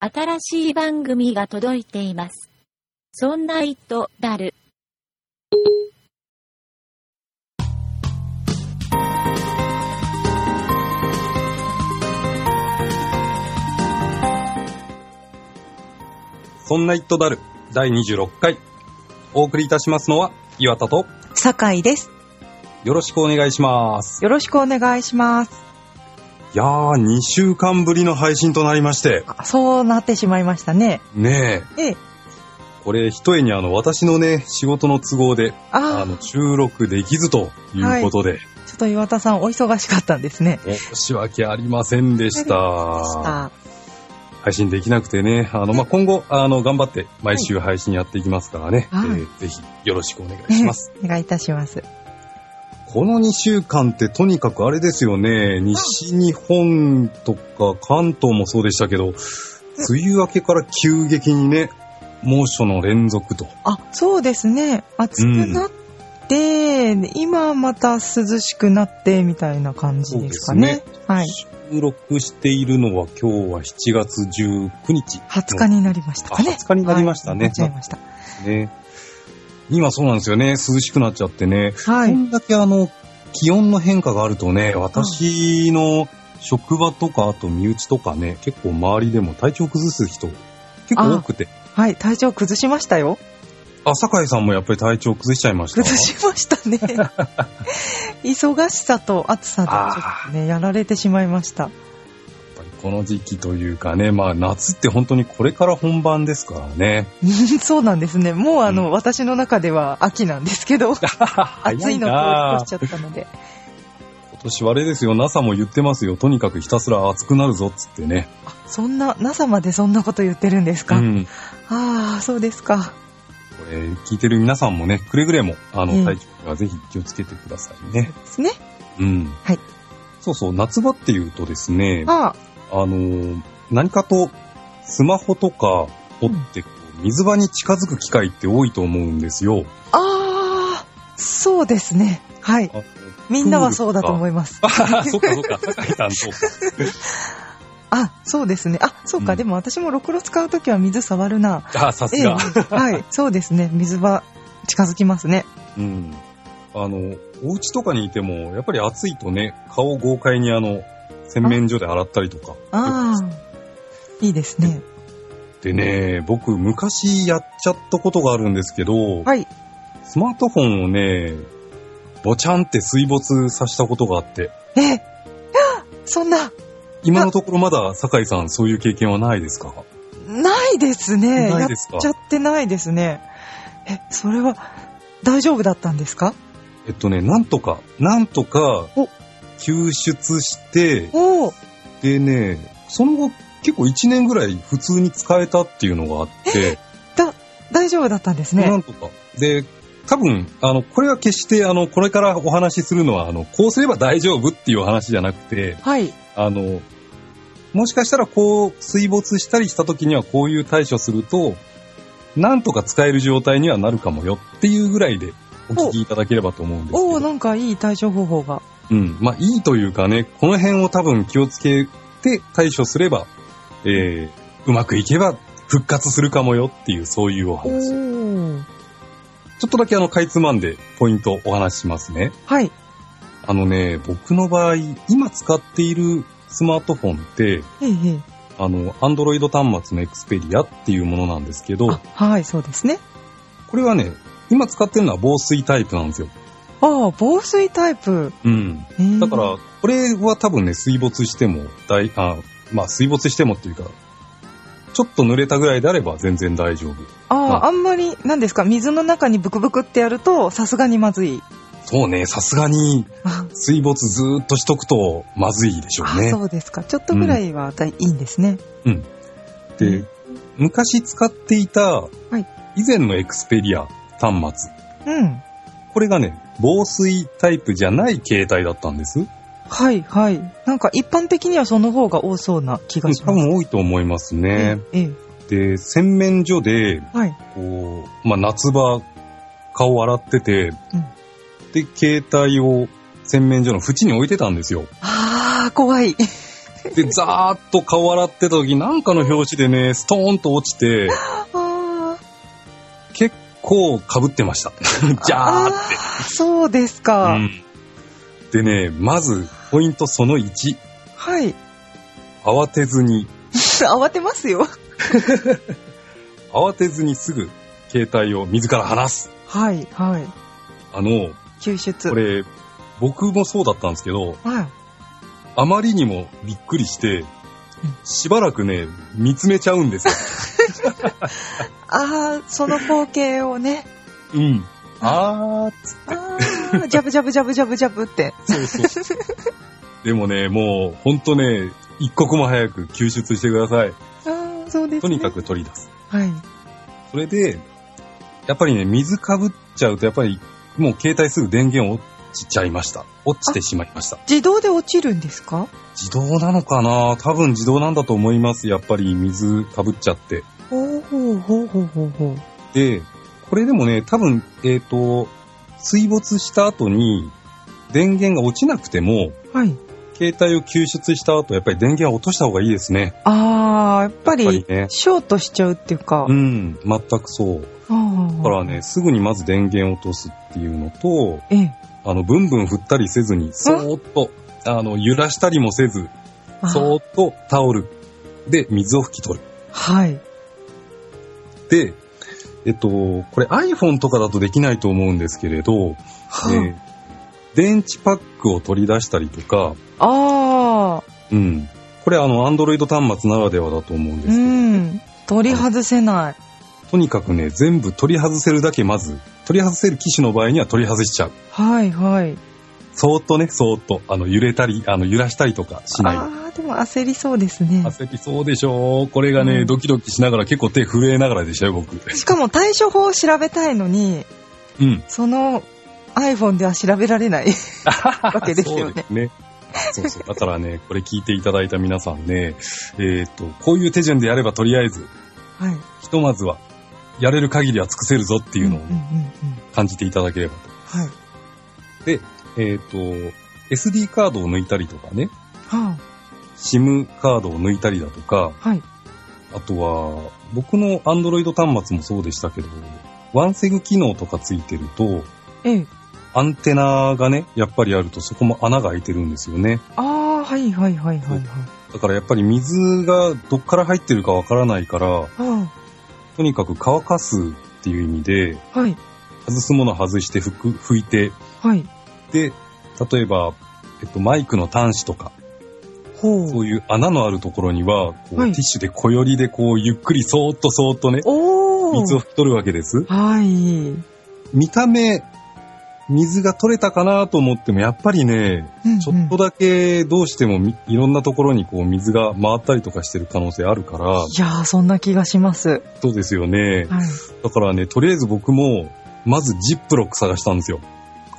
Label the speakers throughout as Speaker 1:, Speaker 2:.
Speaker 1: 新しい番組が届いています。そんな糸だる。
Speaker 2: そんな一途だる第26回お送りいたしますのは岩田と
Speaker 3: 酒井です。
Speaker 2: よろしくお願いします。
Speaker 3: よろしくお願いします。
Speaker 2: いやー、2週間ぶりの配信となりまして、
Speaker 3: あそうなってしまいましたね。
Speaker 2: ねえ、
Speaker 3: ええ。
Speaker 2: これ一重にあの私のね、仕事の都合で、
Speaker 3: あ
Speaker 2: あ
Speaker 3: あ、
Speaker 2: の、収録できずということで、
Speaker 3: ちょっと岩田さんお忙しかったんですね。
Speaker 2: 申し訳ありませんでし。
Speaker 3: でしたた。
Speaker 2: 配信できなくてね、あの、まあ、今後、あの、頑張って毎週配信やっていきますからね、
Speaker 3: はい
Speaker 2: えーぜひよろしくお願いします。
Speaker 3: お願いいたします。
Speaker 2: この2週間ってとにかくあれですよね、西日本とか関東もそうでしたけど、梅雨明けから急激にね、猛暑の連続と。
Speaker 3: あ、そうですね。暑くなって、今また涼しくなってみたいな感じですかね。はい。
Speaker 2: 収録しているのは今日は7月19日。
Speaker 3: 20日になりましたかね。
Speaker 2: あ20日になりましたね
Speaker 3: はいなっちゃいました。
Speaker 2: ね。今そうなんですよね、涼しくなっちゃってね。
Speaker 3: は
Speaker 2: こ
Speaker 3: い。
Speaker 2: んだけあの、気温の変化があるとね、私の職場とか、あと身内とかね、結構周りでも体調崩す人、結構多くて。
Speaker 3: はい。体調崩しましたよ。
Speaker 2: あ、酒井さんもやっぱり体調崩しちゃいました。
Speaker 3: 崩しました ね。忙しさと暑さでちょっとね、やられてしまいました。
Speaker 2: やっぱりこの時期というかね、まあ夏って本当にこれから本番ですからね。
Speaker 3: うんそうなんですね。もうあ
Speaker 2: う
Speaker 3: の、
Speaker 2: ん
Speaker 3: 私の中では秋なんですけど、 暑いのを
Speaker 2: 早
Speaker 3: 通り越しちゃったので。
Speaker 2: 今年はあれですよ、NASA も言ってますよ。とにかくひたすら暑くなるぞっつってね。
Speaker 3: あ、そんな、NASA までそんなこと言ってるんですか、
Speaker 2: うん。こ
Speaker 3: ああ、そうですか。
Speaker 2: れ、聞いてる皆さんもね、くれぐれも、あ
Speaker 3: う
Speaker 2: の、
Speaker 3: ん
Speaker 2: 体調にはぜひ気をつけてくださいね。
Speaker 3: ですね。
Speaker 2: うん。
Speaker 3: はい。
Speaker 2: そうそう、夏場っていうとですね、あ
Speaker 3: あ
Speaker 2: のー、何かとスマホとか持ってこう水場に近づく機会って多いと思うんですよ。
Speaker 3: あ、ああ、そうですね。はい。
Speaker 2: あの
Speaker 3: みんなはそうだと思います。
Speaker 2: あそっかそっか、酒井さんそうか。
Speaker 3: あ、そうですね。あ、そう
Speaker 2: う
Speaker 3: か。
Speaker 2: ん
Speaker 3: でも私もろくろ使うときは水触るな。
Speaker 2: あ、さ
Speaker 3: え
Speaker 2: す
Speaker 3: え
Speaker 2: が。
Speaker 3: はい。そうですね。水場、近づきますね。
Speaker 2: うん。あの、お家とかにいても、やっぱり暑いとね、顔を豪快にあの、洗面所で洗ったりとか。
Speaker 3: ああ、いいですね。
Speaker 2: でね、僕、昔やっちゃったことがあるんですけど、
Speaker 3: はい。
Speaker 2: スマートフォンをね、ぼちゃんって水没させたことがあって、
Speaker 3: ええ、そんな、
Speaker 2: 今のところまだ、酒井さん、そういう経験はないですか
Speaker 3: ないですね。
Speaker 2: ないですか
Speaker 3: やっちゃってないですね。え、それは、大丈夫だったんですか
Speaker 2: えっとね、なんとか、なんとか
Speaker 3: お、
Speaker 2: 救出して、
Speaker 3: おお、
Speaker 2: でね、その後、結構1年ぐらい普通に使えたっていうのがあって、
Speaker 3: 大丈夫だったんです
Speaker 2: な
Speaker 3: ね。
Speaker 2: んとか。で、多分、あの、これは決して、あの、これからお話しするのは、あの、こうすれば大丈夫っていう話じゃなくて、
Speaker 3: はい。
Speaker 2: あの、もしかしたらこう、水没したりした時にはこういう対処すると、なんとか使える状態にはなるかもよっていうぐらいでお聞きいただければと思うんです
Speaker 3: おお、
Speaker 2: け
Speaker 3: な
Speaker 2: ど。
Speaker 3: んかいい対処方法が。
Speaker 2: うん。まあ、いいというかね、この辺を多分気をつけて対処すれば、えー、うまくいけば復活するかもよっていう、そういうお
Speaker 3: お
Speaker 2: 話。
Speaker 3: お、
Speaker 2: ちょっとだけあの、かいつまんでポイントをお話ししますね。
Speaker 3: はい。
Speaker 2: あのね、僕の場合、今使っているスマートフォンって、
Speaker 3: ええええ、
Speaker 2: あの、アンドロイド端末のエクスペリアっていうものなんですけど、
Speaker 3: あ、はい、そうですね。
Speaker 2: これはね、今使ってるのは防水タイプなんですよ。
Speaker 3: ああ、防水タイプ。
Speaker 2: うん。
Speaker 3: ええ
Speaker 2: だから、これは多分ね、水没しても、大、あ、まあ、水没してもっていうか、ちょっと濡れたぐらいであれば全然大丈夫。
Speaker 3: あ
Speaker 2: ま
Speaker 3: あ、あんまり、なんですか、水の中にブクブクってやると、さすがにまずい。
Speaker 2: そうね、さすがに
Speaker 3: あ、
Speaker 2: 水没ずーっとしとくとまずいでしょう
Speaker 3: あ
Speaker 2: ね。
Speaker 3: そうですか。ちょっとぐらいは大いいんですね。
Speaker 2: で、昔使っていた
Speaker 3: い、
Speaker 2: 以前のエクスペリア端末。
Speaker 3: うん。
Speaker 2: これがね、防水タイプじゃない携帯だったんです。
Speaker 3: はい、はい。なんか一般的にはその方が多そうな気がし
Speaker 2: 多
Speaker 3: ます。
Speaker 2: 分多いと思いますね。
Speaker 3: えええ
Speaker 2: で、洗面所で、
Speaker 3: え、はい。
Speaker 2: こう、まあ、夏場、顔洗ってて、
Speaker 3: うん
Speaker 2: で、携帯を洗面所の縁に置いてたんですよ。
Speaker 3: ああ、怖い。
Speaker 2: で、ザーッと顔洗ってた時、なんかの表紙でね、ストーンと落ちて、
Speaker 3: あー
Speaker 2: 結構被ってました。 ジャーっ
Speaker 3: あーそうです
Speaker 2: て。
Speaker 3: か。
Speaker 2: うんでね、まず、ポイントその1、
Speaker 3: はい。
Speaker 2: 慌てずに、
Speaker 3: 慌てますよ。
Speaker 2: 慌てずにすぐ、携帯を自ら離す。
Speaker 3: はい、はい。
Speaker 2: あの、
Speaker 3: 救出。
Speaker 2: これ、僕もそうだったんですけど、
Speaker 3: はい。
Speaker 2: あまりにもびっくりして、しばらくね、見つめちゃうんですよ。
Speaker 3: ああ、その光景をね。
Speaker 2: うん。あー、
Speaker 3: ああ、ジャブジャブジャブジャブジャブって。
Speaker 2: そうそう。でもね、もう、ほんとね、一刻も早く救出してください。
Speaker 3: ああ、そうです、ね。
Speaker 2: とにかく取り出す。
Speaker 3: はい。
Speaker 2: それで、やっぱりね、水かぶっちゃうと、やっぱり、もう携帯すぐ電源落ちちゃいました。落ちてしまいました。
Speaker 3: 自動で落ちるんですか
Speaker 2: 自動なのかな多分自動なんだと思います。やっぱり水かぶっちゃって。
Speaker 3: ほうほうほうほうほうほう。
Speaker 2: で、これでもね、多分、えっ、と、水没した後に、電源が落ちなくても、
Speaker 3: はい。
Speaker 2: 携帯を救出した後、やっぱり電源は落とした方がいいですね。
Speaker 3: ああ、やっ
Speaker 2: や
Speaker 3: ぱ
Speaker 2: っぱり
Speaker 3: り、
Speaker 2: ね。
Speaker 3: ショートしちゃうっていうか。
Speaker 2: うん、全くそう。だからね、すぐにまず電源を落とすっていうのと、
Speaker 3: ええ。
Speaker 2: あの、ブンブン振ったりせずに、そーっと、あの、揺らしたりもせず、
Speaker 3: あー
Speaker 2: そーっとタオルで水を拭き取る。
Speaker 3: はい。
Speaker 2: で、えっと、これ iPhone とかだとできないと思うんですけれど、えー
Speaker 3: は
Speaker 2: 電池パックを取り出したりとか、
Speaker 3: あ。ああ、
Speaker 2: うん。これあの、Android 端末ならではだと思うんで
Speaker 3: う
Speaker 2: すけど、
Speaker 3: ん。取り外せない。
Speaker 2: とにかくね、全部取り外せるだけまず、取り外せる機種の場合には取り外しちゃう。
Speaker 3: はいはい。
Speaker 2: そーっとね、そーっと、あの、揺れたり、あの、揺らしたりとかしない。
Speaker 3: ああ、でも焦りそうですね。
Speaker 2: 焦りそうでしょう。これがね、
Speaker 3: うん
Speaker 2: ドキドキしながら結構手震えながらでしたよ、僕。
Speaker 3: しかも対処法を調べたいのに、
Speaker 2: うん。
Speaker 3: その iPhone では調べられ ない わけです
Speaker 2: そ
Speaker 3: よね。
Speaker 2: うですね。そうそう。だからね、これ聞いていただいた皆さんね、えーっと、こういう手順でやればとりあえず、
Speaker 3: はい。っ
Speaker 2: ひとまずは、やれる限りは尽くせるぞって
Speaker 3: て
Speaker 2: いうのを
Speaker 3: うんうんう
Speaker 2: ね
Speaker 3: んうん。
Speaker 2: 感じていただければ
Speaker 3: はい。
Speaker 2: と。えーっと、SD カードを抜いたりとかね、
Speaker 3: は
Speaker 2: SIM カードを抜いたりだとか、
Speaker 3: あ、はい。
Speaker 2: あとは、僕の Android 端末もそうでしたけど、ワンセグ機能とかついてると、
Speaker 3: ええ。
Speaker 2: アンテナがね、やっぱりあるとそこも穴が開いてるんですよね。
Speaker 3: ああ、はいはいはいはいはい。
Speaker 2: だからやっぱり水がどっから入ってるかわからないから、
Speaker 3: は
Speaker 2: とにかく乾かすっていう意味で、
Speaker 3: あ、はい。
Speaker 2: 外すもの外して拭く拭いて、
Speaker 3: はい。
Speaker 2: で、例えば、えっと、マイクの端子とか、
Speaker 3: ほ。
Speaker 2: そうういう穴のあるところには、こう
Speaker 3: はい
Speaker 2: ティッシュで小よりでこう、ゆっくりそーっとそーっとね、
Speaker 3: おー。
Speaker 2: 水を拭き取るわけです。
Speaker 3: はい。
Speaker 2: 見た目、水が取れたかなと思っても、やっぱりね、ちょっと
Speaker 3: だ。
Speaker 2: だけどうしてもみいろんなところにこう水が回ったりとかしてる可能性あるから、
Speaker 3: いやー、そんな気がします。
Speaker 2: そうですよね。
Speaker 3: はい。
Speaker 2: だからね、とりあえず僕も、まずジップロック探したんですよ。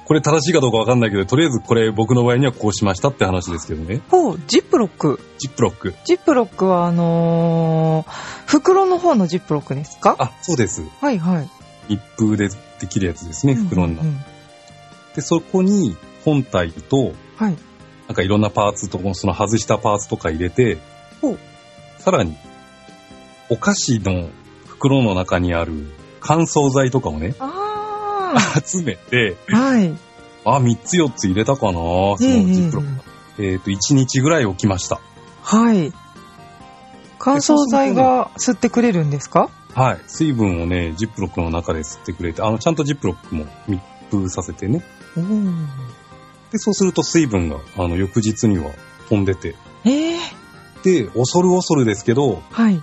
Speaker 2: これ正しいかどうかわかんないけど、とりあえずこれ僕の場合にはこうしましたって話ですけどね。
Speaker 3: ほう、ジップロック。
Speaker 2: ジップロック。
Speaker 3: ジップロックは、あのー、袋の方のジップロックですか
Speaker 2: あ、そうです。
Speaker 3: はいはい。
Speaker 2: 密封でできるやつですね、袋にな
Speaker 3: う
Speaker 2: っ
Speaker 3: んう
Speaker 2: て。
Speaker 3: んうん
Speaker 2: で、そこに本体と、
Speaker 3: はい。
Speaker 2: なんかいろんなパーツと、その外したパーツとか入れて
Speaker 3: ほう、
Speaker 2: さらに、お菓子の袋の中にある乾燥剤とかをね、
Speaker 3: ああ。
Speaker 2: 集めて、
Speaker 3: はい。
Speaker 2: あ、3つ4つ入れたかなそのジップロック。えっ、と、1日ぐらい置きました。
Speaker 3: はい。乾燥剤が吸ってくれるんですか
Speaker 2: はい。水分をね、ジップロックの中で吸ってくれて、あの、ちゃんとジップロックも密封させてね。
Speaker 3: おー
Speaker 2: で、そうすると水分が、あの、翌日には飛んでて。
Speaker 3: ええ
Speaker 2: で、恐る恐るですけど、
Speaker 3: はい。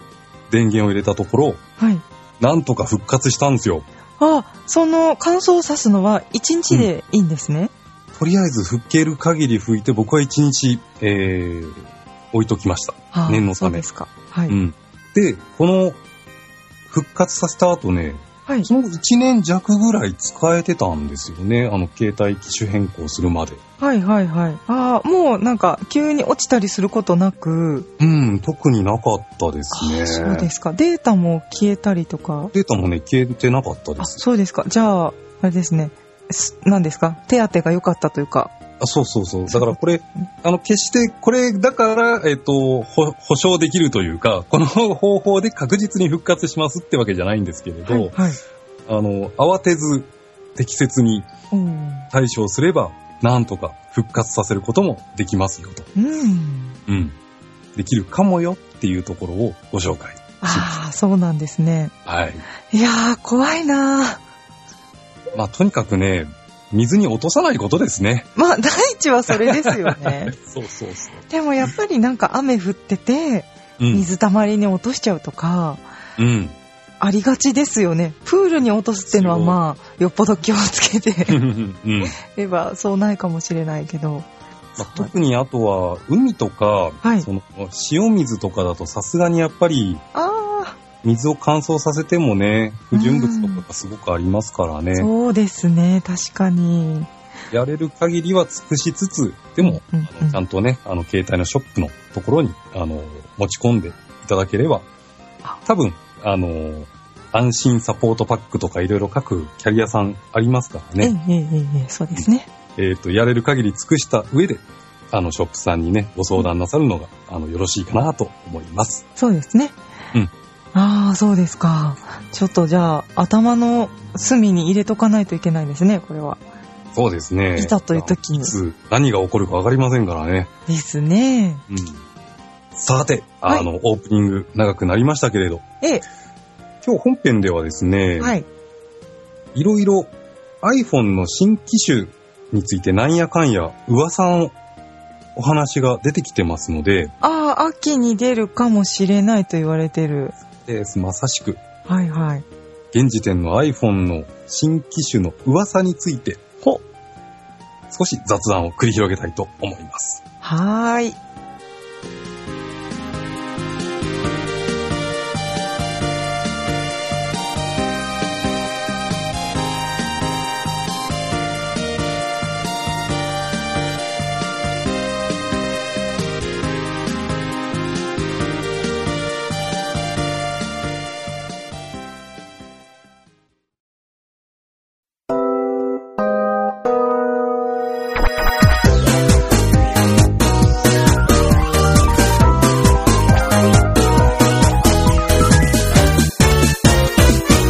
Speaker 2: 電源を入れたところ、
Speaker 3: はい。
Speaker 2: なんとか復活したんですよ。
Speaker 3: あ、その乾燥をさすのは1日でいいんですね。
Speaker 2: とりあえず拭ける限り拭いて、僕は1日、えー、置いときました。
Speaker 3: あー
Speaker 2: 念の
Speaker 3: そ
Speaker 2: た
Speaker 3: う
Speaker 2: め。
Speaker 3: ですか。はいう
Speaker 2: ん。で、この、復活させた後ね、
Speaker 3: はい。
Speaker 2: その1年弱ぐらい使えてたんですよね。あの、携帯機種変更するまで。
Speaker 3: はいはいはい。ああ、もうなんか急に落ちたりすることなく、
Speaker 2: うん、特になかったで
Speaker 3: あ
Speaker 2: す
Speaker 3: ー
Speaker 2: ね。
Speaker 3: そうですか。データも消えたりとか。
Speaker 2: データもね、消えてなかったで
Speaker 3: あ、
Speaker 2: す。
Speaker 3: そうですか。じゃあ、あれですね。す何ですか手当てが良かったというか。
Speaker 2: あそうそうそう。だからこれ、あの、決して、これだから、えっと、ほ保証できるというか、この方法で確実に復活しますってわけじゃないんですけれど、
Speaker 3: はいはい。
Speaker 2: あの、慌てず、適切に
Speaker 3: うん。
Speaker 2: 対処すれば、なんとか復活させることもできますよと。
Speaker 3: うん。
Speaker 2: うん。できるかもよっていうところをご紹介。
Speaker 3: ああ、そうなんですね。
Speaker 2: はい。
Speaker 3: いやー、怖いなー。
Speaker 2: まあ、とにかくね、水に落とさないことですね。
Speaker 3: まあ、第一はそれですよね。
Speaker 2: そうそうそう。
Speaker 3: でもやっぱりなんか雨降ってて、
Speaker 2: うん。
Speaker 3: 水たまりに落としちゃうとか、
Speaker 2: うん。
Speaker 3: ありがちですよね。プールに落とすってのは
Speaker 2: そう
Speaker 3: まあ、よっぽど気をつけ
Speaker 2: う
Speaker 3: て
Speaker 2: ん。 うん
Speaker 3: れば、そうないかもしれないけど。
Speaker 2: まあ特にあとは、海とか、
Speaker 3: は い
Speaker 2: その塩水とかだとさすがにやっぱり、
Speaker 3: あ
Speaker 2: 水を乾燥させてもね、不純物とかがすごくありますから
Speaker 3: あ、
Speaker 2: ね。
Speaker 3: そうですね。確かに。
Speaker 2: やれる限りは尽くしつつ、でも、
Speaker 3: うん
Speaker 2: あのちゃんとね、あの、携帯のショップのところに、あの、持ち込んでいただければ、多分、あの、安心サポートパックとかいろいろ各キャリアさんありますから
Speaker 3: ええ
Speaker 2: ね、
Speaker 3: ええええ、そうですね。
Speaker 2: えっ、と、やれる限り尽くした上で、あの、ショップさんにね、ご相談なさるのが、あの、よろしいかなと思います。
Speaker 3: そうですね。
Speaker 2: うん
Speaker 3: ああ、そうですか。ちょっとじゃあ、頭の隅に入れとかないといけないですね、これは。
Speaker 2: そうですね。
Speaker 3: いざという時に
Speaker 2: いつ何が起こるかわかりませんからね。
Speaker 3: ですね。
Speaker 2: うん。さて、あの、オープニング長くなりましたけれど、
Speaker 3: ええ、
Speaker 2: 今日本編ではですね、
Speaker 3: はい。
Speaker 2: いろいろ iPhone の新機種についてなんやかんや噂のお話が出てきてますので、
Speaker 3: ああ、秋に出るかもしれないと言われてる。
Speaker 2: えーまさしく
Speaker 3: はいはい。
Speaker 2: 現時点の iPhone の新機種の噂について、
Speaker 3: ほ
Speaker 2: 少し雑談を繰り広げたいと思います。
Speaker 3: はーい。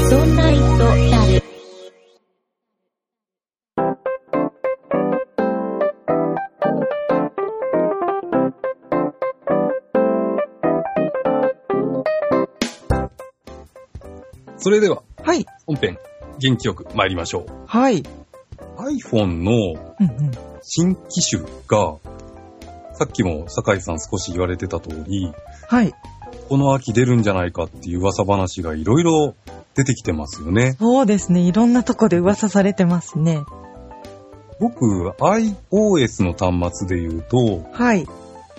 Speaker 1: そんな糸だる。
Speaker 2: それでは
Speaker 3: はい。
Speaker 2: 本編元気よく参りましょう。
Speaker 3: はい。
Speaker 2: iPhone の
Speaker 3: うんうん。
Speaker 2: 新機種が、さっきも酒井さん少し言われてた通り、
Speaker 3: はい。
Speaker 2: この秋出るんじゃないかっていう噂話がいろいろ出てきてますよね。
Speaker 3: そうですね。いろんなとこで噂されてますね。
Speaker 2: 僕、iOS の端末で言うと、
Speaker 3: はい。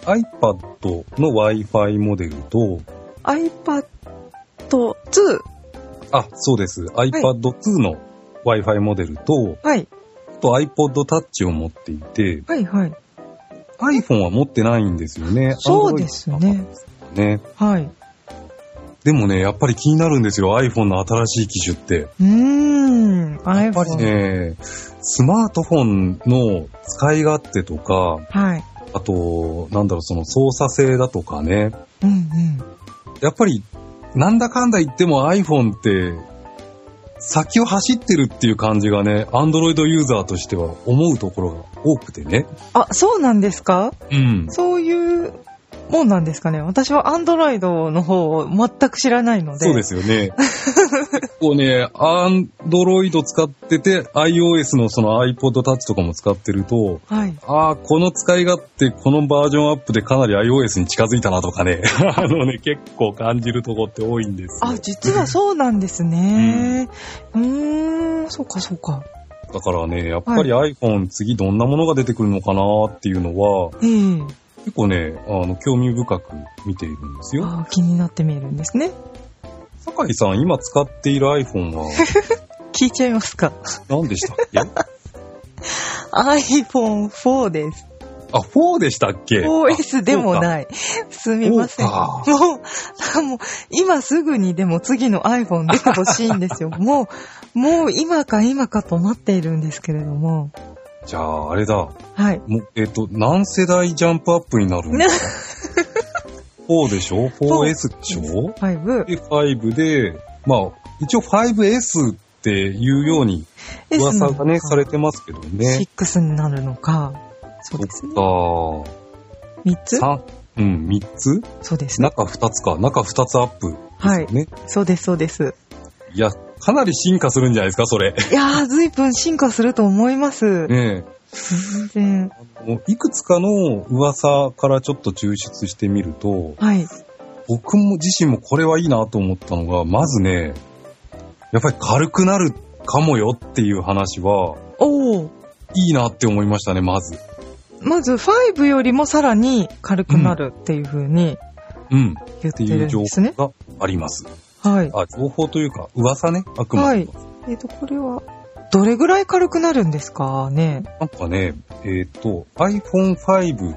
Speaker 2: iPad の Wi-Fi モデルと、
Speaker 3: iPad 2。
Speaker 2: あ、そうです。iPad 2の Wi-Fi モデルと、
Speaker 3: はい。
Speaker 2: あと iPod Touch を持っていて、
Speaker 3: はいはい。
Speaker 2: iPhone は持ってないんですよね。
Speaker 3: そうですね
Speaker 2: Android ね。
Speaker 3: はい。
Speaker 2: でもね、やっぱり気になるんですよ。iPhone の新しい機種って。
Speaker 3: うーん。iPhone。
Speaker 2: やっぱりね、スマートフォンの使い勝手とか、
Speaker 3: はい。
Speaker 2: あと、なんだろう、その操作性だとかね。
Speaker 3: うんうん。
Speaker 2: やっぱり、なんだかんだ言っても iPhone って、先を走ってるっていう感じがね、Android ユーザーとしては思うところが多くてね。
Speaker 3: あ、そうなんですか
Speaker 2: うん。
Speaker 3: そういうもんなんですかね。私は Android の方を全く知らないので。。
Speaker 2: そうですすよ ね。結構ね、Android 使ってて、iOS のその iPod Touch とかも使ってると、
Speaker 3: はい。
Speaker 2: ああ、この使い勝手、このバージョンアップでかなり iOS に近づいたなとかね、 あのね、結構感じるとこって多いんですよ
Speaker 3: あ、実はそうなんですね。うーん、そうかそうか。
Speaker 2: だからね、やっぱり iPhone 次どんなものが出てくるのかなっていうのは、
Speaker 3: ええ
Speaker 2: 結構ね、あの、興味深く見ているんですよ。
Speaker 3: あー気になって見えるんですね。
Speaker 2: 酒井さん、今使っている iPhone は
Speaker 3: 聞いちゃいますか。
Speaker 2: 何でしたっけ
Speaker 3: iPhone4 です。
Speaker 2: あ、4でしたっけ
Speaker 3: 4S でもない。すみません。
Speaker 2: そうか
Speaker 3: もう、もう、今すぐにでも次の iPhone 出てほしいんですよ。もう、もう今か今かと待っているんですけれども。
Speaker 2: じゃあ、あれだ。も
Speaker 3: はい。
Speaker 2: う、えっ、と、何世代ジャンプアップになるんです か ?4 でしょ ?4S でしょ
Speaker 3: 5。
Speaker 2: で、5で、まあ、一応 5S っていうように
Speaker 3: S な
Speaker 2: 噂
Speaker 3: のか
Speaker 2: がね、されてますけどね。
Speaker 3: 6になるのか。そうですね。
Speaker 2: そ
Speaker 3: 3
Speaker 2: っ
Speaker 3: つ
Speaker 2: か。3、うん、3つ
Speaker 3: そうですね。
Speaker 2: 中2つか。中2つアップですよね。
Speaker 3: そうです、そうです。
Speaker 2: い、や、かなり進化するんじゃないですか、そ れ。
Speaker 3: いやー、随分進化すると思います。
Speaker 2: ね
Speaker 3: 全然。
Speaker 2: えもういくつかの噂からちょっと抽出してみると、
Speaker 3: はい。
Speaker 2: 僕も自身もこれはいいなと思ったのが、まずね、やっぱり軽くなるかもよっていう話は、
Speaker 3: おー。
Speaker 2: いいなって思いましたね、まず。
Speaker 3: まず5よりもさらに軽くなるっていう風に
Speaker 2: うん。っ
Speaker 3: 言ってて
Speaker 2: い
Speaker 3: る
Speaker 2: うん情
Speaker 3: ですね。
Speaker 2: 報があります。
Speaker 3: はい。
Speaker 2: あ、情報というか、噂ね、あくまでも。
Speaker 3: えっ、と、これは、どれぐらい軽くなるんですかね
Speaker 2: なんかね、えっ、と、iPhone5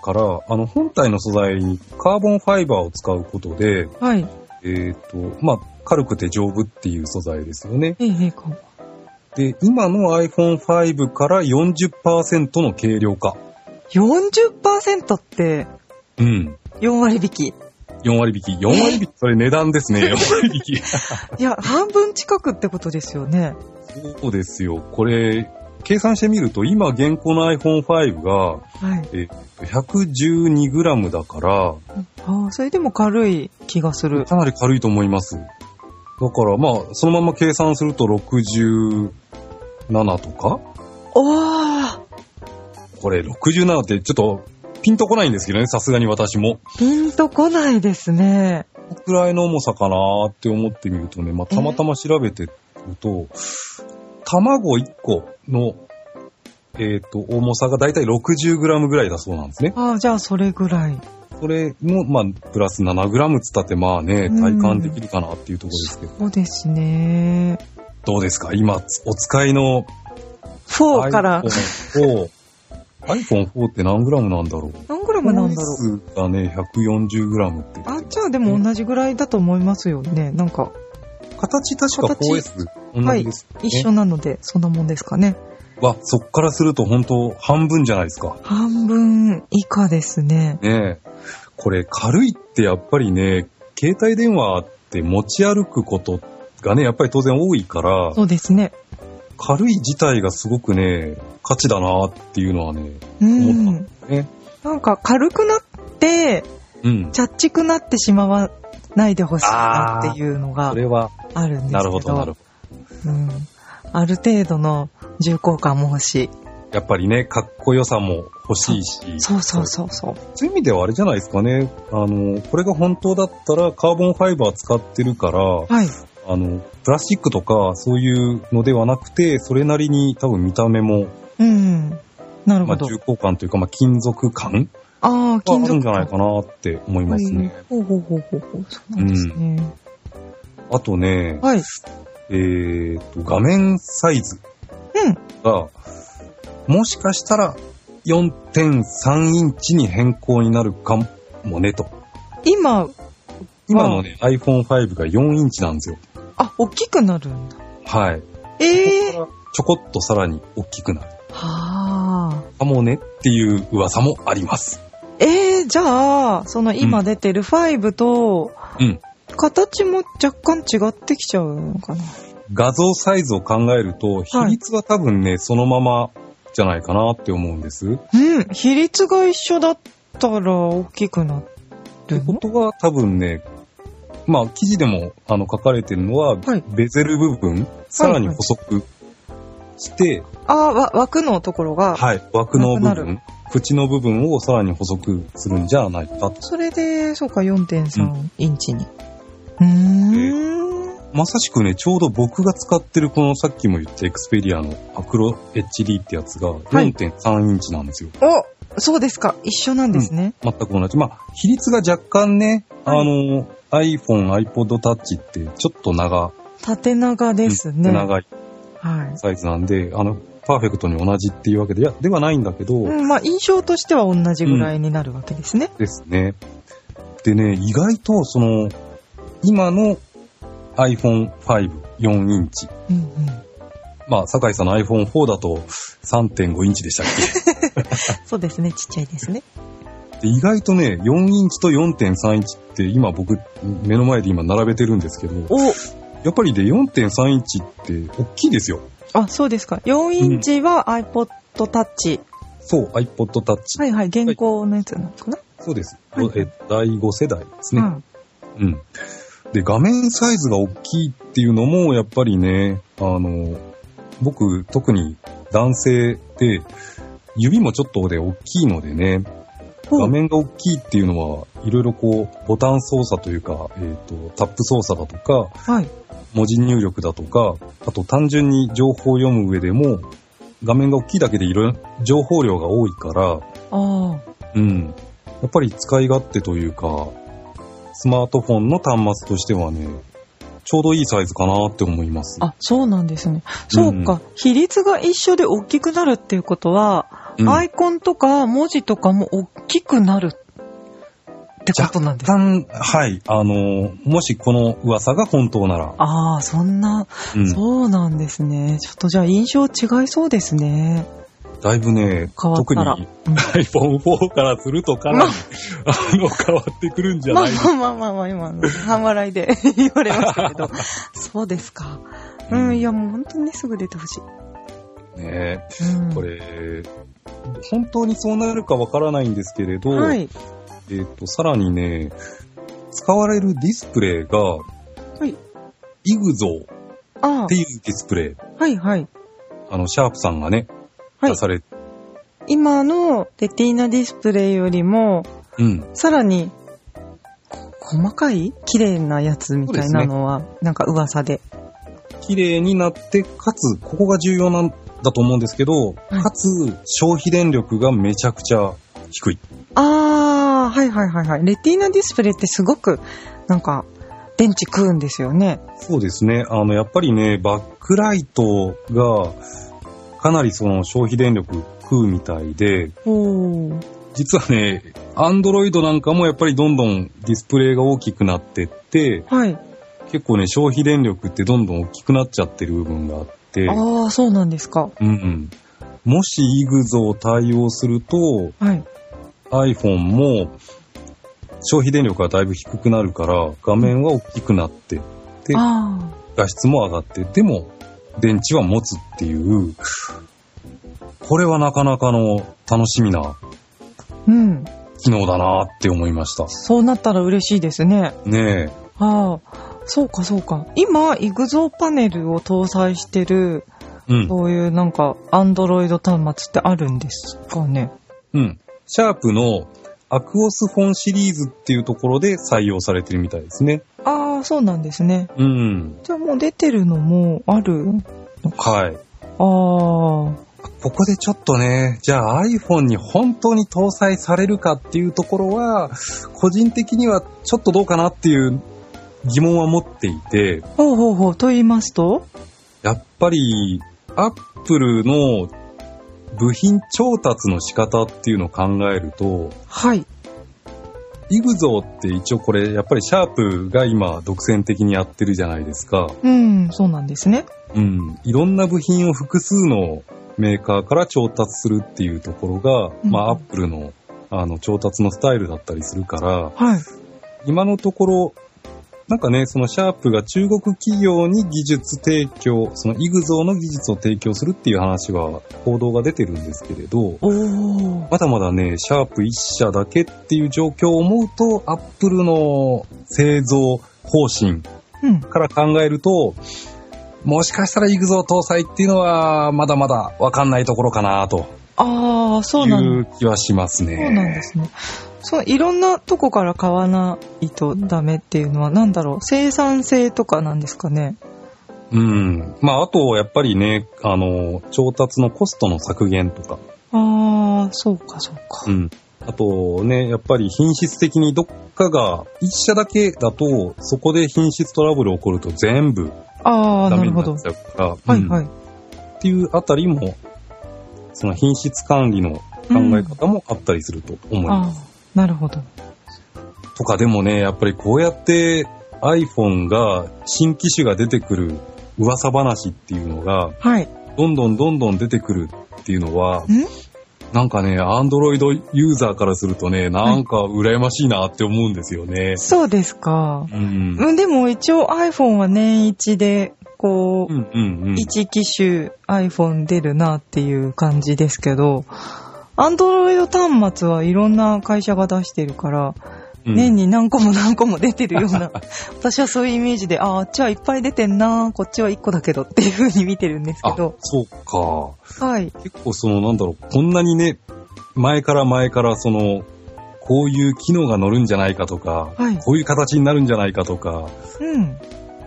Speaker 2: から、あの、本体の素材にカーボンファイバーを使うことで、
Speaker 3: はい。
Speaker 2: えっ、と、まあ、軽くて丈夫っていう素材ですよね。
Speaker 3: ええええかも。
Speaker 2: で、今の iPhone5 から40%の軽量化。
Speaker 3: 40%って
Speaker 2: うん。
Speaker 3: 4割引き。
Speaker 2: 4割引き。4割引き。それ値段ですね。4割 引き。
Speaker 3: いや、半分近くってことですよね。
Speaker 2: そうですよ。これ、計算してみると、今現行の iPhone5 が
Speaker 3: はい。
Speaker 2: 112g だから、
Speaker 3: ああ、それでも軽い気がする。
Speaker 2: かなり軽いと思います。だからまあ、そのまま計算すると67とか
Speaker 3: おー
Speaker 2: これ67ってちょっとピンとこないんですけどね、さすがに私も。
Speaker 3: ピンとこないですね。
Speaker 2: このくらいの重さかなーって思ってみるとね、まあ、たまたま調べてると、卵1個の、えっ、と、重さがだいたい 60g ぐらいだそうなんですね。
Speaker 3: ああ、じゃあそれぐらい。
Speaker 2: それの、まあ、プラス 7g つったって、まあね、体感できるかなっていうところですけど、
Speaker 3: そうですね。
Speaker 2: どうですか今、お使いの
Speaker 3: 4から、
Speaker 2: iPhone4。iPhone4 って何グラムなんだろう
Speaker 3: 何グラムなんだろう。
Speaker 2: うがね、140グラムって。
Speaker 3: あ、じゃあでも同じぐらいだと思いますよね。なんか、
Speaker 2: 形確か 4S 同じです、ね
Speaker 3: 一緒なので、そんなもんですかね。
Speaker 2: わ、そっからすると本当半分じゃないですか。
Speaker 3: 半分以下ですね。
Speaker 2: ねえ。これ軽いってやっぱりね、携帯電話って持ち歩くことがね、やっぱり当然多いから、
Speaker 3: そうですね。
Speaker 2: 軽い自体がすごくね、価値だなっていうのはね、
Speaker 3: う
Speaker 2: 思
Speaker 3: ん。
Speaker 2: ね。
Speaker 3: なんか軽くなって、
Speaker 2: うん。
Speaker 3: チャッチくなってしまわないでほしいなっていうのが
Speaker 2: それは、
Speaker 3: あるんですけど。
Speaker 2: なるほど、なるほ
Speaker 3: うん。ある程度の重厚感も欲しい。
Speaker 2: ど。やっぱりね、かっこよさも欲しいし。
Speaker 3: そうそうそうそう。
Speaker 2: そういう意味ではあれじゃないですかね。あの、これが本当だったらカーボンファイバー使ってるから、
Speaker 3: はい。
Speaker 2: あの、プラスチックとかそういうのではなくて、それなりに多分見た目も、
Speaker 3: うん。なる
Speaker 2: ま
Speaker 3: ほ
Speaker 2: あ、
Speaker 3: ど。
Speaker 2: 重厚感というか、まあ、金属感
Speaker 3: ああ、
Speaker 2: があ
Speaker 3: 金
Speaker 2: るん
Speaker 3: 属
Speaker 2: じゃないか
Speaker 3: 感。
Speaker 2: なって思いますね。
Speaker 3: ほうほうほうほうほう。そうなんですね。
Speaker 2: あとね、
Speaker 3: はい。
Speaker 2: えーと、画面サイズ
Speaker 3: うん。
Speaker 2: が、もしかしたら4.3インチに変更になるかもねと。
Speaker 3: 今、
Speaker 2: 今のね、iPhone5 が4インチなんですよ。
Speaker 3: あ、大きくなるんだ。
Speaker 2: はい。
Speaker 3: ええ
Speaker 2: ここからちょこっとさらに大きくなる
Speaker 3: はあ。
Speaker 2: かもねっていう噂もあります。
Speaker 3: ええじゃあ、その今出てる5と、
Speaker 2: うん
Speaker 3: 形も若干違ってきちゃうのかな。
Speaker 2: 画像サイズを考えると、比率は多分ね、そのままじゃないかなって思うんです。っ
Speaker 3: うん、比率が一緒だったら大きくな
Speaker 2: て
Speaker 3: る
Speaker 2: こ
Speaker 3: の
Speaker 2: とは多分ね、まあ記事でもあの書かれてるのは、
Speaker 3: はい
Speaker 2: ベゼル部分、さらに細くして、
Speaker 3: ああ、わ枠のところが、
Speaker 2: はい、枠の部
Speaker 3: なくな
Speaker 2: 分、口の部分をさらに細くするんじゃないかと。
Speaker 3: それで、そうか、4.3インチに。うーん。
Speaker 2: まさしくね、ちょうど僕が使ってるこのさっきも言ったエクスペリアのアクロ HD ってやつが
Speaker 3: い
Speaker 2: 4.3インチなんですよ。
Speaker 3: おそうですか、一緒なんですね。
Speaker 2: 全く同じ。まあ、比率が若干ね、
Speaker 3: はい
Speaker 2: あの、iPhone、iPod Touch ってちょっと長、
Speaker 3: 縦長ですね。
Speaker 2: 長い
Speaker 3: はい。
Speaker 2: サイズなんで、あの、パーフェクトに同じっていうわけでいやではないんだけど、
Speaker 3: うん、まあ、印象としては同じぐらいになるわけですね。
Speaker 2: ですね。でね、意外とその、今の iPhone5、4インチ。
Speaker 3: うん、うん。
Speaker 2: まあ、酒井さんの iPhone4 だと3.5インチでしたっ
Speaker 3: そうですね、ちっちゃいですね。
Speaker 2: けで意外とね、4インチと4.3インチって今僕、目の前で今並べてるんですけど、
Speaker 3: お
Speaker 2: やっぱりで4.3インチって大きいですよ。
Speaker 3: あ、そうですか。4インチは iPod Touch。
Speaker 2: そう、iPod Touch。
Speaker 3: はいはい、現行のやつなのかな、
Speaker 2: そうです。
Speaker 3: はい
Speaker 2: え第5世代です
Speaker 3: う
Speaker 2: ね。
Speaker 3: ん。
Speaker 2: うん。で、画面サイズが大きいっていうのも、やっぱりね、あの、僕、特に男性で、指もちょっとで大きいのでね、
Speaker 3: ほ
Speaker 2: 画
Speaker 3: う
Speaker 2: 面が大きいっていうのは、いろいろこう、ボタン操作というか、えっ、と、タップ操作だとか、
Speaker 3: はい。
Speaker 2: 文字入力だとか、あと単純に情報を読む上でも、画面が大きいだけでいろいろ情報量が多いから、
Speaker 3: あ
Speaker 2: うん。やっぱり使い勝手というか、スマートフォンの端末としてはね、ちょうどいいサイズかなって思います。
Speaker 3: あ。あ、そうなんですね。そうか、
Speaker 2: う
Speaker 3: 比率が一緒で大きくなるっていうことは、
Speaker 2: うん、
Speaker 3: ア
Speaker 2: 若
Speaker 3: イコンとか文字とかも大きくなるってことなんですか
Speaker 2: 干、はい。あの、もしこの噂が本当なら、
Speaker 3: ああ、そんな、
Speaker 2: うん、
Speaker 3: そうなんですね。ちょっとじゃあ印象違いそうですね。
Speaker 2: だいぶね、
Speaker 3: 変わっ
Speaker 2: 特に
Speaker 3: たら
Speaker 2: iPhone4 からするとかなり、あの、変わってくるんじゃ
Speaker 3: ま
Speaker 2: な
Speaker 3: あ
Speaker 2: い
Speaker 3: まあまあまあまあ、今の、半笑いで 言われましたけ ど。そうですか。うん、いやもう本当にね、すぐ出てほしい。
Speaker 2: ね
Speaker 3: うん、
Speaker 2: こ。れ、本当にそうなるかわからないんですけれど、
Speaker 3: はい。
Speaker 2: えっ、と、さらにね、使われるディスプレイが、
Speaker 3: い
Speaker 2: イグゾーっ
Speaker 3: あ
Speaker 2: ていうディスプレイ。
Speaker 3: あ、はいはい。
Speaker 2: あの、シャープさんがね、
Speaker 3: はい
Speaker 2: 出され、
Speaker 3: 今のレティーナディスプレイよりも、
Speaker 2: うん。
Speaker 3: さらに、こ細かい綺麗なやつみたいなのは、なんか噂で。
Speaker 2: 綺麗になって、かつ、ここが重要なんだと思うんですけど、
Speaker 3: い
Speaker 2: かつ、消費電力がめちゃくちゃ低い。
Speaker 3: ああ、はいはいはいはい。レティーナディスプレイってすごく、なんか、電池食うんですよね。
Speaker 2: そうですね。あの、やっぱりね、バックライトが、かなりその消費電力食うみたいで、
Speaker 3: おー。
Speaker 2: 実はね、アンドロイドなんかもやっぱりどんどんディスプレイが大きくなってって、
Speaker 3: はい。
Speaker 2: 結構ね、消費電力ってどんどん大きくなっちゃってる部分があって、
Speaker 3: ああ、そうなんですか。
Speaker 2: うんうん、もしイグゾを対応すると、
Speaker 3: はい。
Speaker 2: iPhone も消費電力がだいぶ低くなるから、画面は大きくなって、で
Speaker 3: あ
Speaker 2: 画質も上がって、でも電池は持つっていう、これはなかなかの楽しみな
Speaker 3: あ、うん。
Speaker 2: 機能だなって思いました。
Speaker 3: そうなったら嬉しいですね。
Speaker 2: ねえ。
Speaker 3: ああ、そうかそうか。今、イグゾーパネルを搭載してる、
Speaker 2: うん。
Speaker 3: そういうなんか、アンドロイド端末ってあるんですかね。
Speaker 2: うん。シャープのアクオスフォンシリーズっていうところで採用されてるみたいですね。
Speaker 3: ああ、そうなんですね。
Speaker 2: うん。
Speaker 3: じゃあもう出てるのもある
Speaker 2: はい。
Speaker 3: あ
Speaker 2: ここでちょっとね、じゃあ iPhone に本当に搭載されるかっていうところは、個人的にはちょっとどうかなっていう疑問は持っていて
Speaker 3: あ、、ほうほうほう、と言いますと
Speaker 2: やっぱり Apple の部品調達の仕方っていうのを考えると、
Speaker 3: はい。
Speaker 2: イグゾーって一応これ、やっぱりシャープが今独占的にやってるじゃないですか。
Speaker 3: うん、そうなんですね。
Speaker 2: うん、いろんな部品を複数のメーカーから調達するっていうところが、
Speaker 3: うん
Speaker 2: まあ、アップルのあの調達のスタイルだったりするから、
Speaker 3: はい。
Speaker 2: 今のところ、なんかね、そのシャープが中国企業に技術提供、そのイグゾーの技術を提供するっていう話は、報道が出てるんですけれど、
Speaker 3: おー。
Speaker 2: まだまだね、シャープ一社だけっていう状況を思うと、アップルの製造方針
Speaker 3: うん。
Speaker 2: から考えると、もしかしたらイグゾー搭載っていうのは、まだまだわかんないところかなと
Speaker 3: ああ、そう
Speaker 2: い
Speaker 3: なんだ。
Speaker 2: う気はしますね。
Speaker 3: そうなんですね。そう、いろんなとこから買わないとダメっていうのは、なんだろう、生産性とかなんですかね。
Speaker 2: うん。まあ、あと、やっぱりね、あの、調達のコストの削減とか、
Speaker 3: ああ、そうか、そうか。
Speaker 2: うん。あとね、やっぱり品質的にどっかが、一社だけだと、そこで品質トラブル起こると全部
Speaker 3: ああ、
Speaker 2: ダ
Speaker 3: な
Speaker 2: メ
Speaker 3: る
Speaker 2: に
Speaker 3: ほ
Speaker 2: な
Speaker 3: ど
Speaker 2: っ。ちゃうから、
Speaker 3: はい、は
Speaker 2: うん
Speaker 3: い。
Speaker 2: っていうあたりも、その品質管理の考え方もあったりすると思います。
Speaker 3: ああ、なるほど。
Speaker 2: とかでもね、やっぱりこうやって iPhone が新機種が出てくる噂話っていうのが、
Speaker 3: はい。
Speaker 2: どんどんどんどん出てくるっていうのは、
Speaker 3: ん
Speaker 2: なんかね、アンドロイドユーザーからするとね、なんか羨ましいなって思うんですよね。
Speaker 3: そうですか。
Speaker 2: うん。
Speaker 3: うん、でも一応 iPhone は年一で、こ
Speaker 2: う
Speaker 3: う、
Speaker 2: んうんうん。
Speaker 3: 一機種 iPhone 出るなっていう感じですけど、Android 端末はいろんな会社が出してるから、
Speaker 2: うん
Speaker 3: 年に何個も何個も出てるような、私はそういうイメージで、ああ、あっちはいっぱい出てんな、こっちは1個だけどっていう風に見てるんですけ
Speaker 2: あ
Speaker 3: ど、、
Speaker 2: そうか。
Speaker 3: はい。
Speaker 2: 結構その、なんだろう、こんなにね、前から前からその、こういう機能が乗るんじゃないかとか、
Speaker 3: はい。
Speaker 2: こういう形になるんじゃないかとか、
Speaker 3: うん。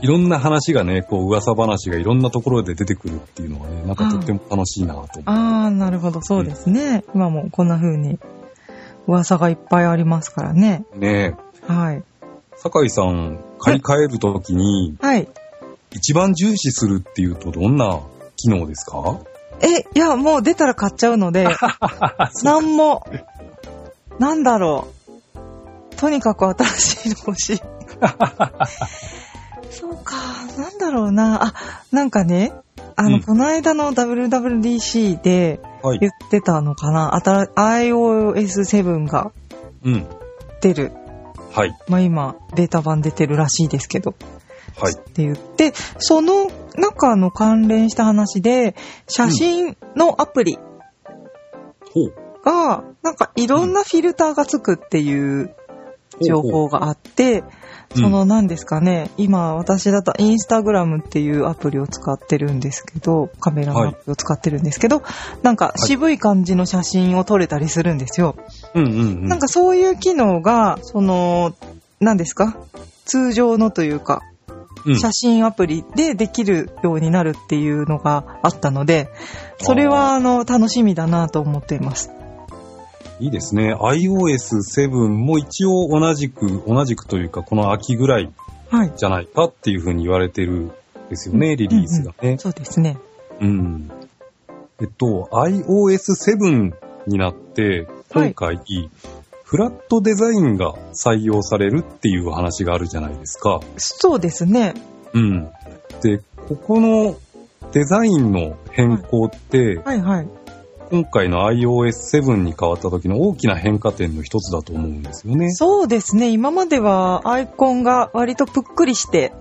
Speaker 2: いろんな話がね、こう噂話がいろんなところで出てくるっていうのはね、なんかとっても楽しいなと思って。
Speaker 3: ああ、なるほど、そうですね。今もこんな風に噂がいっぱいありますからね。
Speaker 2: ね
Speaker 3: はい。
Speaker 2: え、酒井さん、買い替えるときに、
Speaker 3: はい。
Speaker 2: 一番重視するっていうとどんな機能ですか
Speaker 3: え、いや、もう出たら買っちゃう ので、なんも、なんだろう。とにかく新しいの欲 しい。そうか、なんだろうな。あ、なんかね、あの、
Speaker 2: うん
Speaker 3: この間の WWDC で
Speaker 2: はい。
Speaker 3: 言ってたのかな。あた iOS7 が
Speaker 2: うん。
Speaker 3: 出る。
Speaker 2: はい。
Speaker 3: まあ今、ベータ版出てるらしいですけど。
Speaker 2: はい。
Speaker 3: って言って、その中の関連した話で、写真のアプリ
Speaker 2: ほう。
Speaker 3: が、なんかいろんなフィルターがつくっていう情報があって、
Speaker 2: うん
Speaker 3: その何ですかね、今私だとインスタグラムっていうアプリを使ってるんですけど、カメラのアプリを使ってるんですけど、なんか渋い感じの写真を撮れたりするんですよ。
Speaker 2: うんうんうん。
Speaker 3: なんかそういう機能が、その、何ですか通常のというか、
Speaker 2: うん、
Speaker 3: 写真アプリでできるようになるっていうのがあったので、それはあの楽しみだなと思っています。
Speaker 2: いいですね。iOS7 も一応同じく、同じくというか、この秋ぐらい
Speaker 3: はい。
Speaker 2: じゃないかっていうふうに言われてるんですよね、リリースがね。
Speaker 3: そうですね。
Speaker 2: うん。えっと、iOS7 になって、今
Speaker 3: はい
Speaker 2: 回、フラットデザインが採用されるっていう話があるじゃないですか。
Speaker 3: そうですね。
Speaker 2: うん。で、ここのデザインの変更って、
Speaker 3: はいはい。
Speaker 2: 今回の iOS7 に変わった時の大きな変化点の一つだと思うんですよね。
Speaker 3: そうですね。今まではアイコンが割とぷっくりして、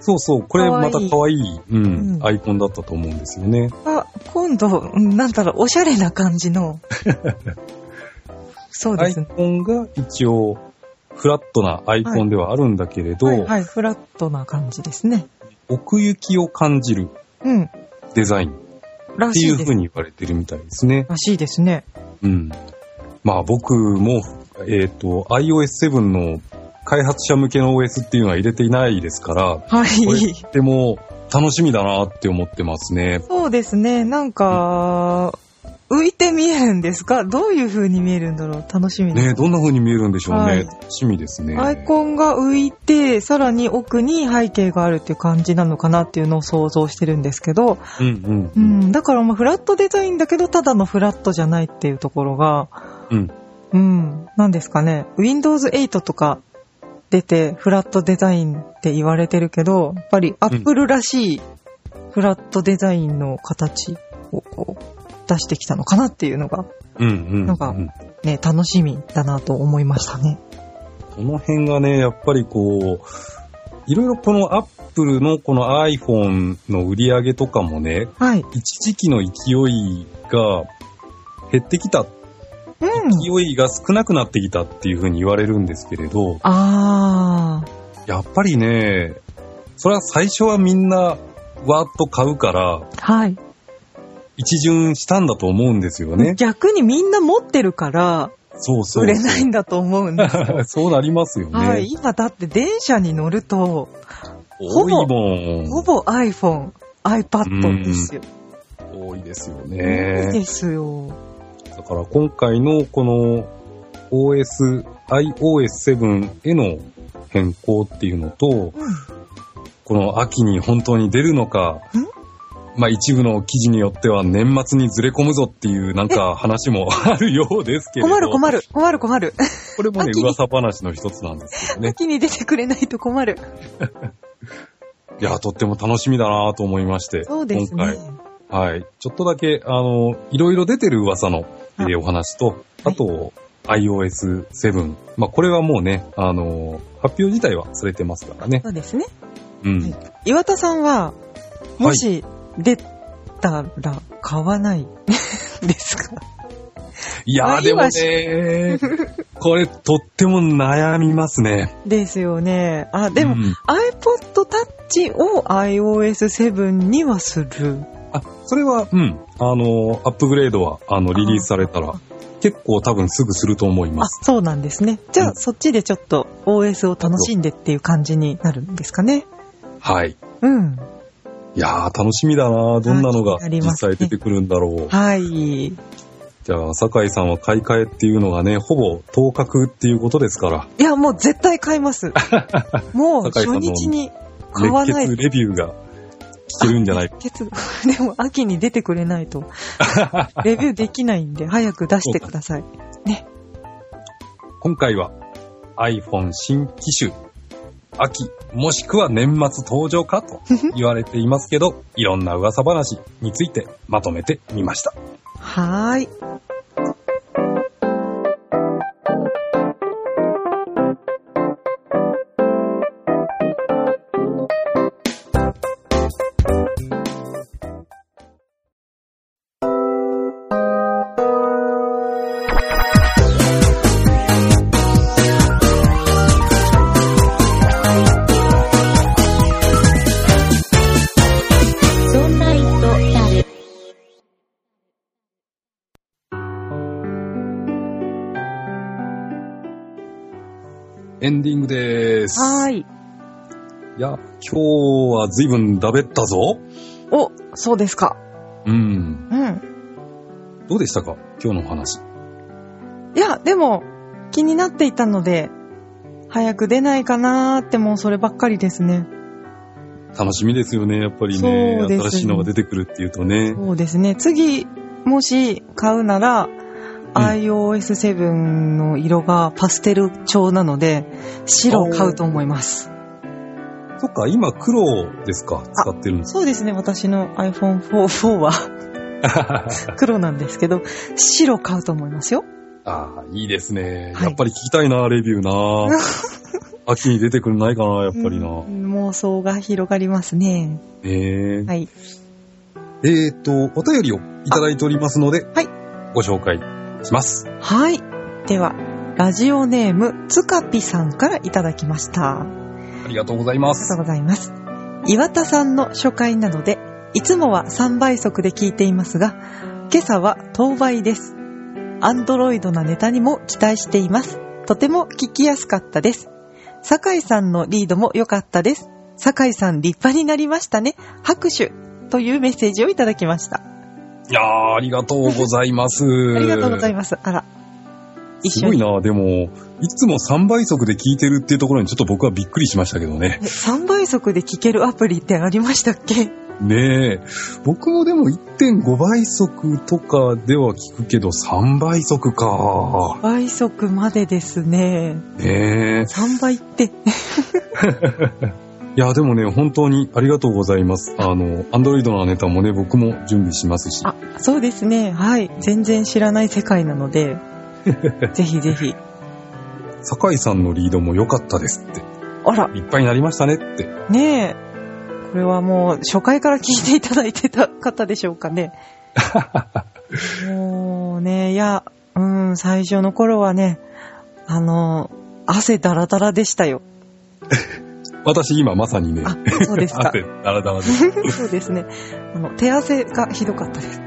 Speaker 2: そうそう、これまた可愛い、う、
Speaker 3: うんん
Speaker 2: アイコンだったと思うんですよね。
Speaker 3: あ、今度、うんなんだろう、おしゃれな感じ の。そう
Speaker 2: ア
Speaker 3: で
Speaker 2: イ
Speaker 3: すね。
Speaker 2: コンが一応、フラットなアイコンではあるんだけれど、
Speaker 3: はいはい。フラットな感じですね。
Speaker 2: 奥行きを感じる
Speaker 3: うん。
Speaker 2: デザインっ
Speaker 3: ら
Speaker 2: て
Speaker 3: し
Speaker 2: いう
Speaker 3: いです
Speaker 2: 風。に言われてるみたいですね。
Speaker 3: らしいですね。
Speaker 2: うん。まあ僕も、えっ、と、iOS7 の開発者向けの OS っていうのは入れていないですから、
Speaker 3: は
Speaker 2: これ
Speaker 3: い。
Speaker 2: でも楽しみだなって思ってますね。
Speaker 3: そうですね。なんか、浮いて見えるんですかどういう風に見えるんだろう楽しみです。
Speaker 2: ねえどんな風に見えるんでしょうね。
Speaker 3: はい
Speaker 2: 楽しみですね。
Speaker 3: アイコンが浮いて、さらに奥に背景があるっていう感じなのかなっていうのを想像してるんですけど、
Speaker 2: うんう。
Speaker 3: うんん、だからまあフラットデザインだけど、ただのフラットじゃないっていうところが、
Speaker 2: うん。
Speaker 3: うん、なんですかね。Windows 8とか出て、フラットデザインって言われてるけど、やっぱり Apple らしいフラットデザインの形をこう出してきたのかなっていうのが、
Speaker 2: うんうんうん。
Speaker 3: なんかね、楽しみだなと思いましたね。
Speaker 2: この辺がね、やっぱりこう、いろいろこのアップルのこの iPhone の売り上げとかもね、
Speaker 3: はい。
Speaker 2: 一時期の勢いが減ってきた、
Speaker 3: うん。
Speaker 2: 勢いが少なくなってきたっていうふうに言われるんですけれど、
Speaker 3: あ
Speaker 2: やっぱりね、それは最初はみんなわーっと買うから、
Speaker 3: ー、はい。
Speaker 2: 一巡したんだと思うんですよね。
Speaker 3: 逆にみんな持ってるから、
Speaker 2: そうそう。
Speaker 3: 売れないんだと思うんです。
Speaker 2: そうなりますよね。
Speaker 3: はい。今だって電車に乗ると、
Speaker 2: 多いもん。
Speaker 3: ほぼ iPhone、iPad ですよ。
Speaker 2: 多いですよ
Speaker 3: いい
Speaker 2: ね。
Speaker 3: ですよ。
Speaker 2: だから今回のこの OS、iOS7 への変更っていうのと、
Speaker 3: うん
Speaker 2: この秋に本当に出るのか、まあ一部の記事によっては年末にずれ込むぞっていうなんか話もあるようですけれど。
Speaker 3: 困る困る、困る困る。
Speaker 2: これもね、
Speaker 3: 秋に
Speaker 2: 噂話の一つなんですけどね。
Speaker 3: 気に出てくれないと困る。
Speaker 2: いや、とっても楽しみだなと思いまして。
Speaker 3: そうですね
Speaker 2: 今。はい。ちょっとだけ、あの、いろいろ出てる噂の、えーお話と、
Speaker 3: は
Speaker 2: あ
Speaker 3: い
Speaker 2: と、iOS7。まあ、これはもうね、あの、発表自体はされてますからね。
Speaker 3: そうですね。
Speaker 2: うん。
Speaker 3: はい岩田さんは、もし出たら買わないです か
Speaker 2: いや
Speaker 3: まあ
Speaker 2: ー、でも
Speaker 3: 今し
Speaker 2: ね、 これとっても悩みますね。
Speaker 3: ですよね。あ、でも、
Speaker 2: うん
Speaker 3: iPod Touch を iOS7 にはする。
Speaker 2: あ、それは、うん。あの、アップグレードは、あの、リリースされたら、結構多分すぐすると思いま
Speaker 3: あ、
Speaker 2: す。
Speaker 3: そうなんですね。じゃあ、
Speaker 2: うん
Speaker 3: そっちでちょっと OS を楽しんでっていう感じになるんですかね。
Speaker 2: はい。
Speaker 3: うん。
Speaker 2: いやー、楽しみだなどんなのが
Speaker 3: あ気になり
Speaker 2: 実
Speaker 3: ますね
Speaker 2: 際出てくるんだろう。
Speaker 3: はい。
Speaker 2: じゃあ、酒井さんは買い替えっていうのがね、ほぼ当確っていうことですから、
Speaker 3: いや、もう絶対買い ます。もう
Speaker 2: 酒井
Speaker 3: 初
Speaker 2: さんの
Speaker 3: 日に買わない
Speaker 2: 熱血レビューが聞けるんじゃないか。
Speaker 3: 熱血 でも秋に出てくれな いと。レビューできないんで、早く出してください。
Speaker 2: 今回は iPhone 新機種、秋、もしくは年末登場かと言われていますけ ど、いろんな噂話についてまとめてみました。
Speaker 3: はーい。
Speaker 1: そんな糸だる。
Speaker 2: エンディングです。
Speaker 3: はー
Speaker 2: い。
Speaker 3: い。
Speaker 2: いや、今日は随分だべったぞ。
Speaker 3: お、そうですか。
Speaker 2: うん。
Speaker 3: うん。
Speaker 2: どうでしたか今日のお話。
Speaker 3: いや、でも、気になっていたので、早く出ないかなーってもうそればっかりですね。
Speaker 2: 楽しみですよね、やっぱりね。
Speaker 3: そうですね
Speaker 2: 新しいのが出てくるっていうとね。
Speaker 3: そうですね。次、もし買うなら、iOS7 の色がパステル調なので、白を買うと思います。
Speaker 2: そっか、今黒ですか使ってるんです
Speaker 3: そうですね。私の iPhone4 は黒なんですけど、白買うと思いますよ。
Speaker 2: ああ、いいですね。
Speaker 3: はい
Speaker 2: やっぱり聞きたいな、レビューな。 秋に出てくるのないかな、やっぱりな。
Speaker 3: うん妄想が広がりますね。
Speaker 2: え
Speaker 3: はい。
Speaker 2: ええーと、お便りをいただいておりますので、
Speaker 3: はい
Speaker 2: ご紹介します。
Speaker 3: はい。では、ラジオネーム、つかぴさんからいただきました。
Speaker 2: ありがとうございま
Speaker 3: ありが
Speaker 2: す
Speaker 3: とう。ございます。岩田さんの初回なので、いつもは3倍速で聞いていますが、今朝は当倍です。アンドロイドなネタにも期待しています。とても聞きやすかったです。酒井さんのリードも良かったです。酒井さん立派になりましたね。拍手というメッセージをいただきました。
Speaker 2: いやー、ありがとうございます。
Speaker 3: ありがとうござい
Speaker 2: ま
Speaker 3: ます。あら。
Speaker 2: すごいな、でも、いつも3倍速で聞いてるっていうところにちょっと僕はびっくりしましたけどね。
Speaker 3: え3倍速で聞けるアプリってありましたっけ
Speaker 2: ねえ。僕もでも1.5倍速とかでは聞くけど、3倍速か。
Speaker 3: 倍速までですね。
Speaker 2: ねえ。
Speaker 3: 3倍って。
Speaker 2: いや、でもね、本当にありがとうございます。あの、アンドロイドのネタもね、僕も準備しますし。
Speaker 3: あ、そうですね。はい。全然知らない世界なの で、ぜひぜひ。
Speaker 2: 酒井さんのリードも良かったですって。
Speaker 3: あら、
Speaker 2: いっぱいになりましたねって。
Speaker 3: ねえ。これはもう初回から聞いていただいてた方でしょうかね。もうね、いや、うん、最初の頃はね、あの、汗だらだらでしたよ。
Speaker 2: 私今まさにね、
Speaker 3: あ、そうですか
Speaker 2: 汗。だらだらで。
Speaker 3: そうですね。あの、手汗がひどかったです。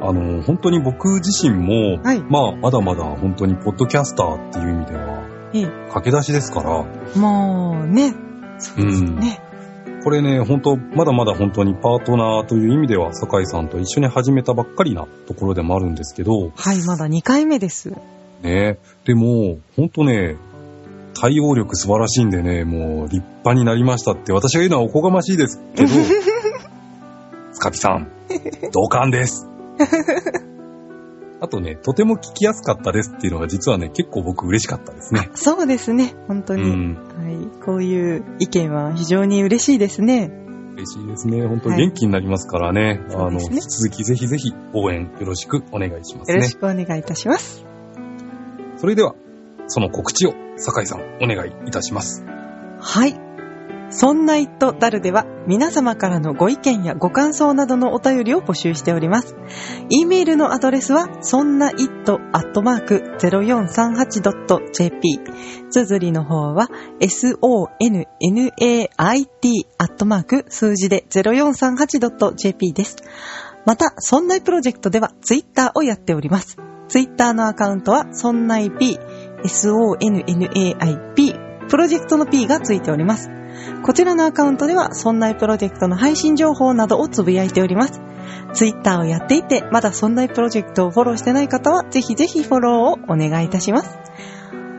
Speaker 2: あの、本当に僕自身も、
Speaker 3: はい
Speaker 2: まあ、まだまだ本当にポッドキャスターっていう意味では、
Speaker 3: え
Speaker 2: 駆け出しですから、
Speaker 3: え、もうね、そうですね。
Speaker 2: これね、本当まだまだ本当にパートナーという意味では、酒井さんと一緒に始めたばっかりなところでもあるんですけど、
Speaker 3: はい、まだ2回目です。
Speaker 2: ね、でも、本当ね、対応力素晴らしいんでね、もう立派になりましたって、私が言うのはおこがましいですけど、スカピさん、同感 です。あとね、とても聞きやすかったですっていうのが実はね、結構僕嬉しかったですね。
Speaker 3: そうですね、本当
Speaker 2: う
Speaker 3: に。
Speaker 2: ん。
Speaker 3: はい、こういう意見は非常に嬉しいですね。
Speaker 2: 嬉しいですね。本当
Speaker 3: はい
Speaker 2: 元気になりますからね。
Speaker 3: そ
Speaker 2: あ
Speaker 3: うで
Speaker 2: の、
Speaker 3: すね
Speaker 2: 引き続きぜひぜひ応援よろしくお願いします
Speaker 3: よろ
Speaker 2: ね
Speaker 3: し。くお願いいたします。
Speaker 2: それでは、その告知を酒井さんお願いいたします。
Speaker 3: はい。そんなイットダルでは皆様からのご意見やご感想などのお便りを募集しております。e メールのアドレスはそんな it.0438.jp つづりの方は sonnait. 数字で 0438.jp です。また、そんないプロジェクトではツイッターをやっております。ツイッターのアカウントはそんない p sonnaip プロジェクトの p がついております。こちらのアカウントでは、そんないプロジェクトの配信情報などをつぶやいております。ツイッターをやっていて、まだそんないプロジェクトをフォローしてない方は、ぜひぜひフォローをお願いいたします。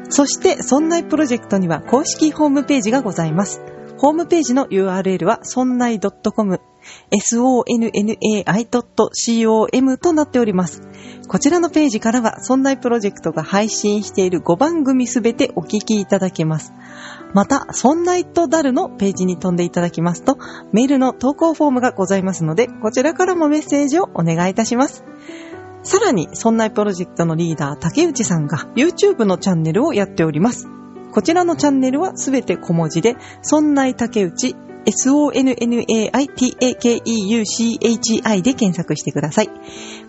Speaker 3: そして、そんないプロジェクトには公式ホームページがございます。ホームページの URL は、そんない .com、sonnai.com となっております。こちらのページからは、そんないプロジェクトが配信している5番組すべてお聞きいただけます。また、そんないとダルのページに飛んでいただきますと、メールの投稿フォームがございますので、こちらからもメッセージをお願いいたします。さらに、そんないプロジェクトのリーダー、竹内さんが YouTube のチャンネルをやっております。こちらのチャンネルはすべて小文字で、そんない竹内、sonnaitakeuchi で検索してください。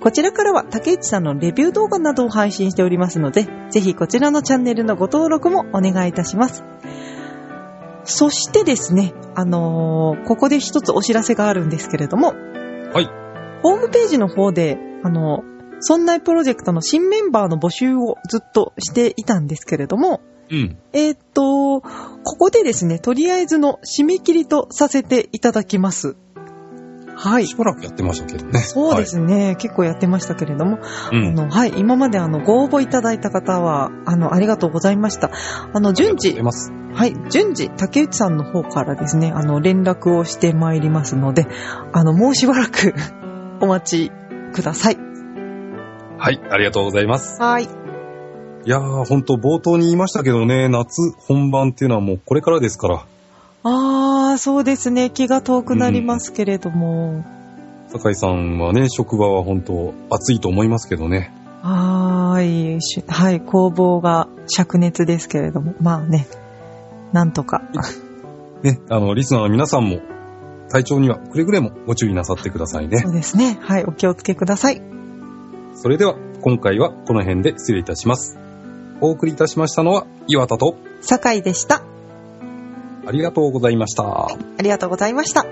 Speaker 3: こちらからは竹内さんのレビュー動画などを配信しておりますので、ぜひこちらのチャンネルのご登録もお願いいたします。そしてですね、あのーここで一つお知らせがあるんですけれども、
Speaker 2: はい。
Speaker 3: ホームページの方で、あのー、そんないプロジェクトの新メンバーの募集をずっとしていたんですけれども、
Speaker 2: うん。
Speaker 3: えーっと、ここでですね、とりあえずの締め切りとさせていただきます。はい
Speaker 2: し。ばらくやってましたけどね。
Speaker 3: そうですね、結構やってましたけれども、
Speaker 2: はい。う
Speaker 3: あ
Speaker 2: ん。
Speaker 3: のはい、今まであのご応募いただいた方は、あの、ありがとうございました。あの、順
Speaker 2: ありがとうござ
Speaker 3: 次
Speaker 2: い、ます。
Speaker 3: はい、順次、竹内さんの方からですね、あの、連絡をしてまいりますので、あの、もうしばらく お待ちください。
Speaker 2: はい。ありがとうございます。
Speaker 3: はい。
Speaker 2: いやー、ほんと冒頭に言いましたけどね、夏本番っていうのはもうこれからですから、
Speaker 3: あー、そうですね、気が遠くなりますけれども、
Speaker 2: 酒井さんはね、職場は本当暑いと思いますけどね。
Speaker 3: はーい、しはい、工房が灼熱ですけれども、まあね、なんとか。
Speaker 2: ね、あの、リスナーの皆さんも、体調にはくれぐれもご注意なさってくださいね
Speaker 3: そ。うですね、はい、お気をつけください。
Speaker 2: それでは、今回はこの辺で失礼いたします。お送りいたしましたのは、岩田と、
Speaker 3: 酒井でした。
Speaker 2: ありがとうございました。
Speaker 3: ありがとうございました。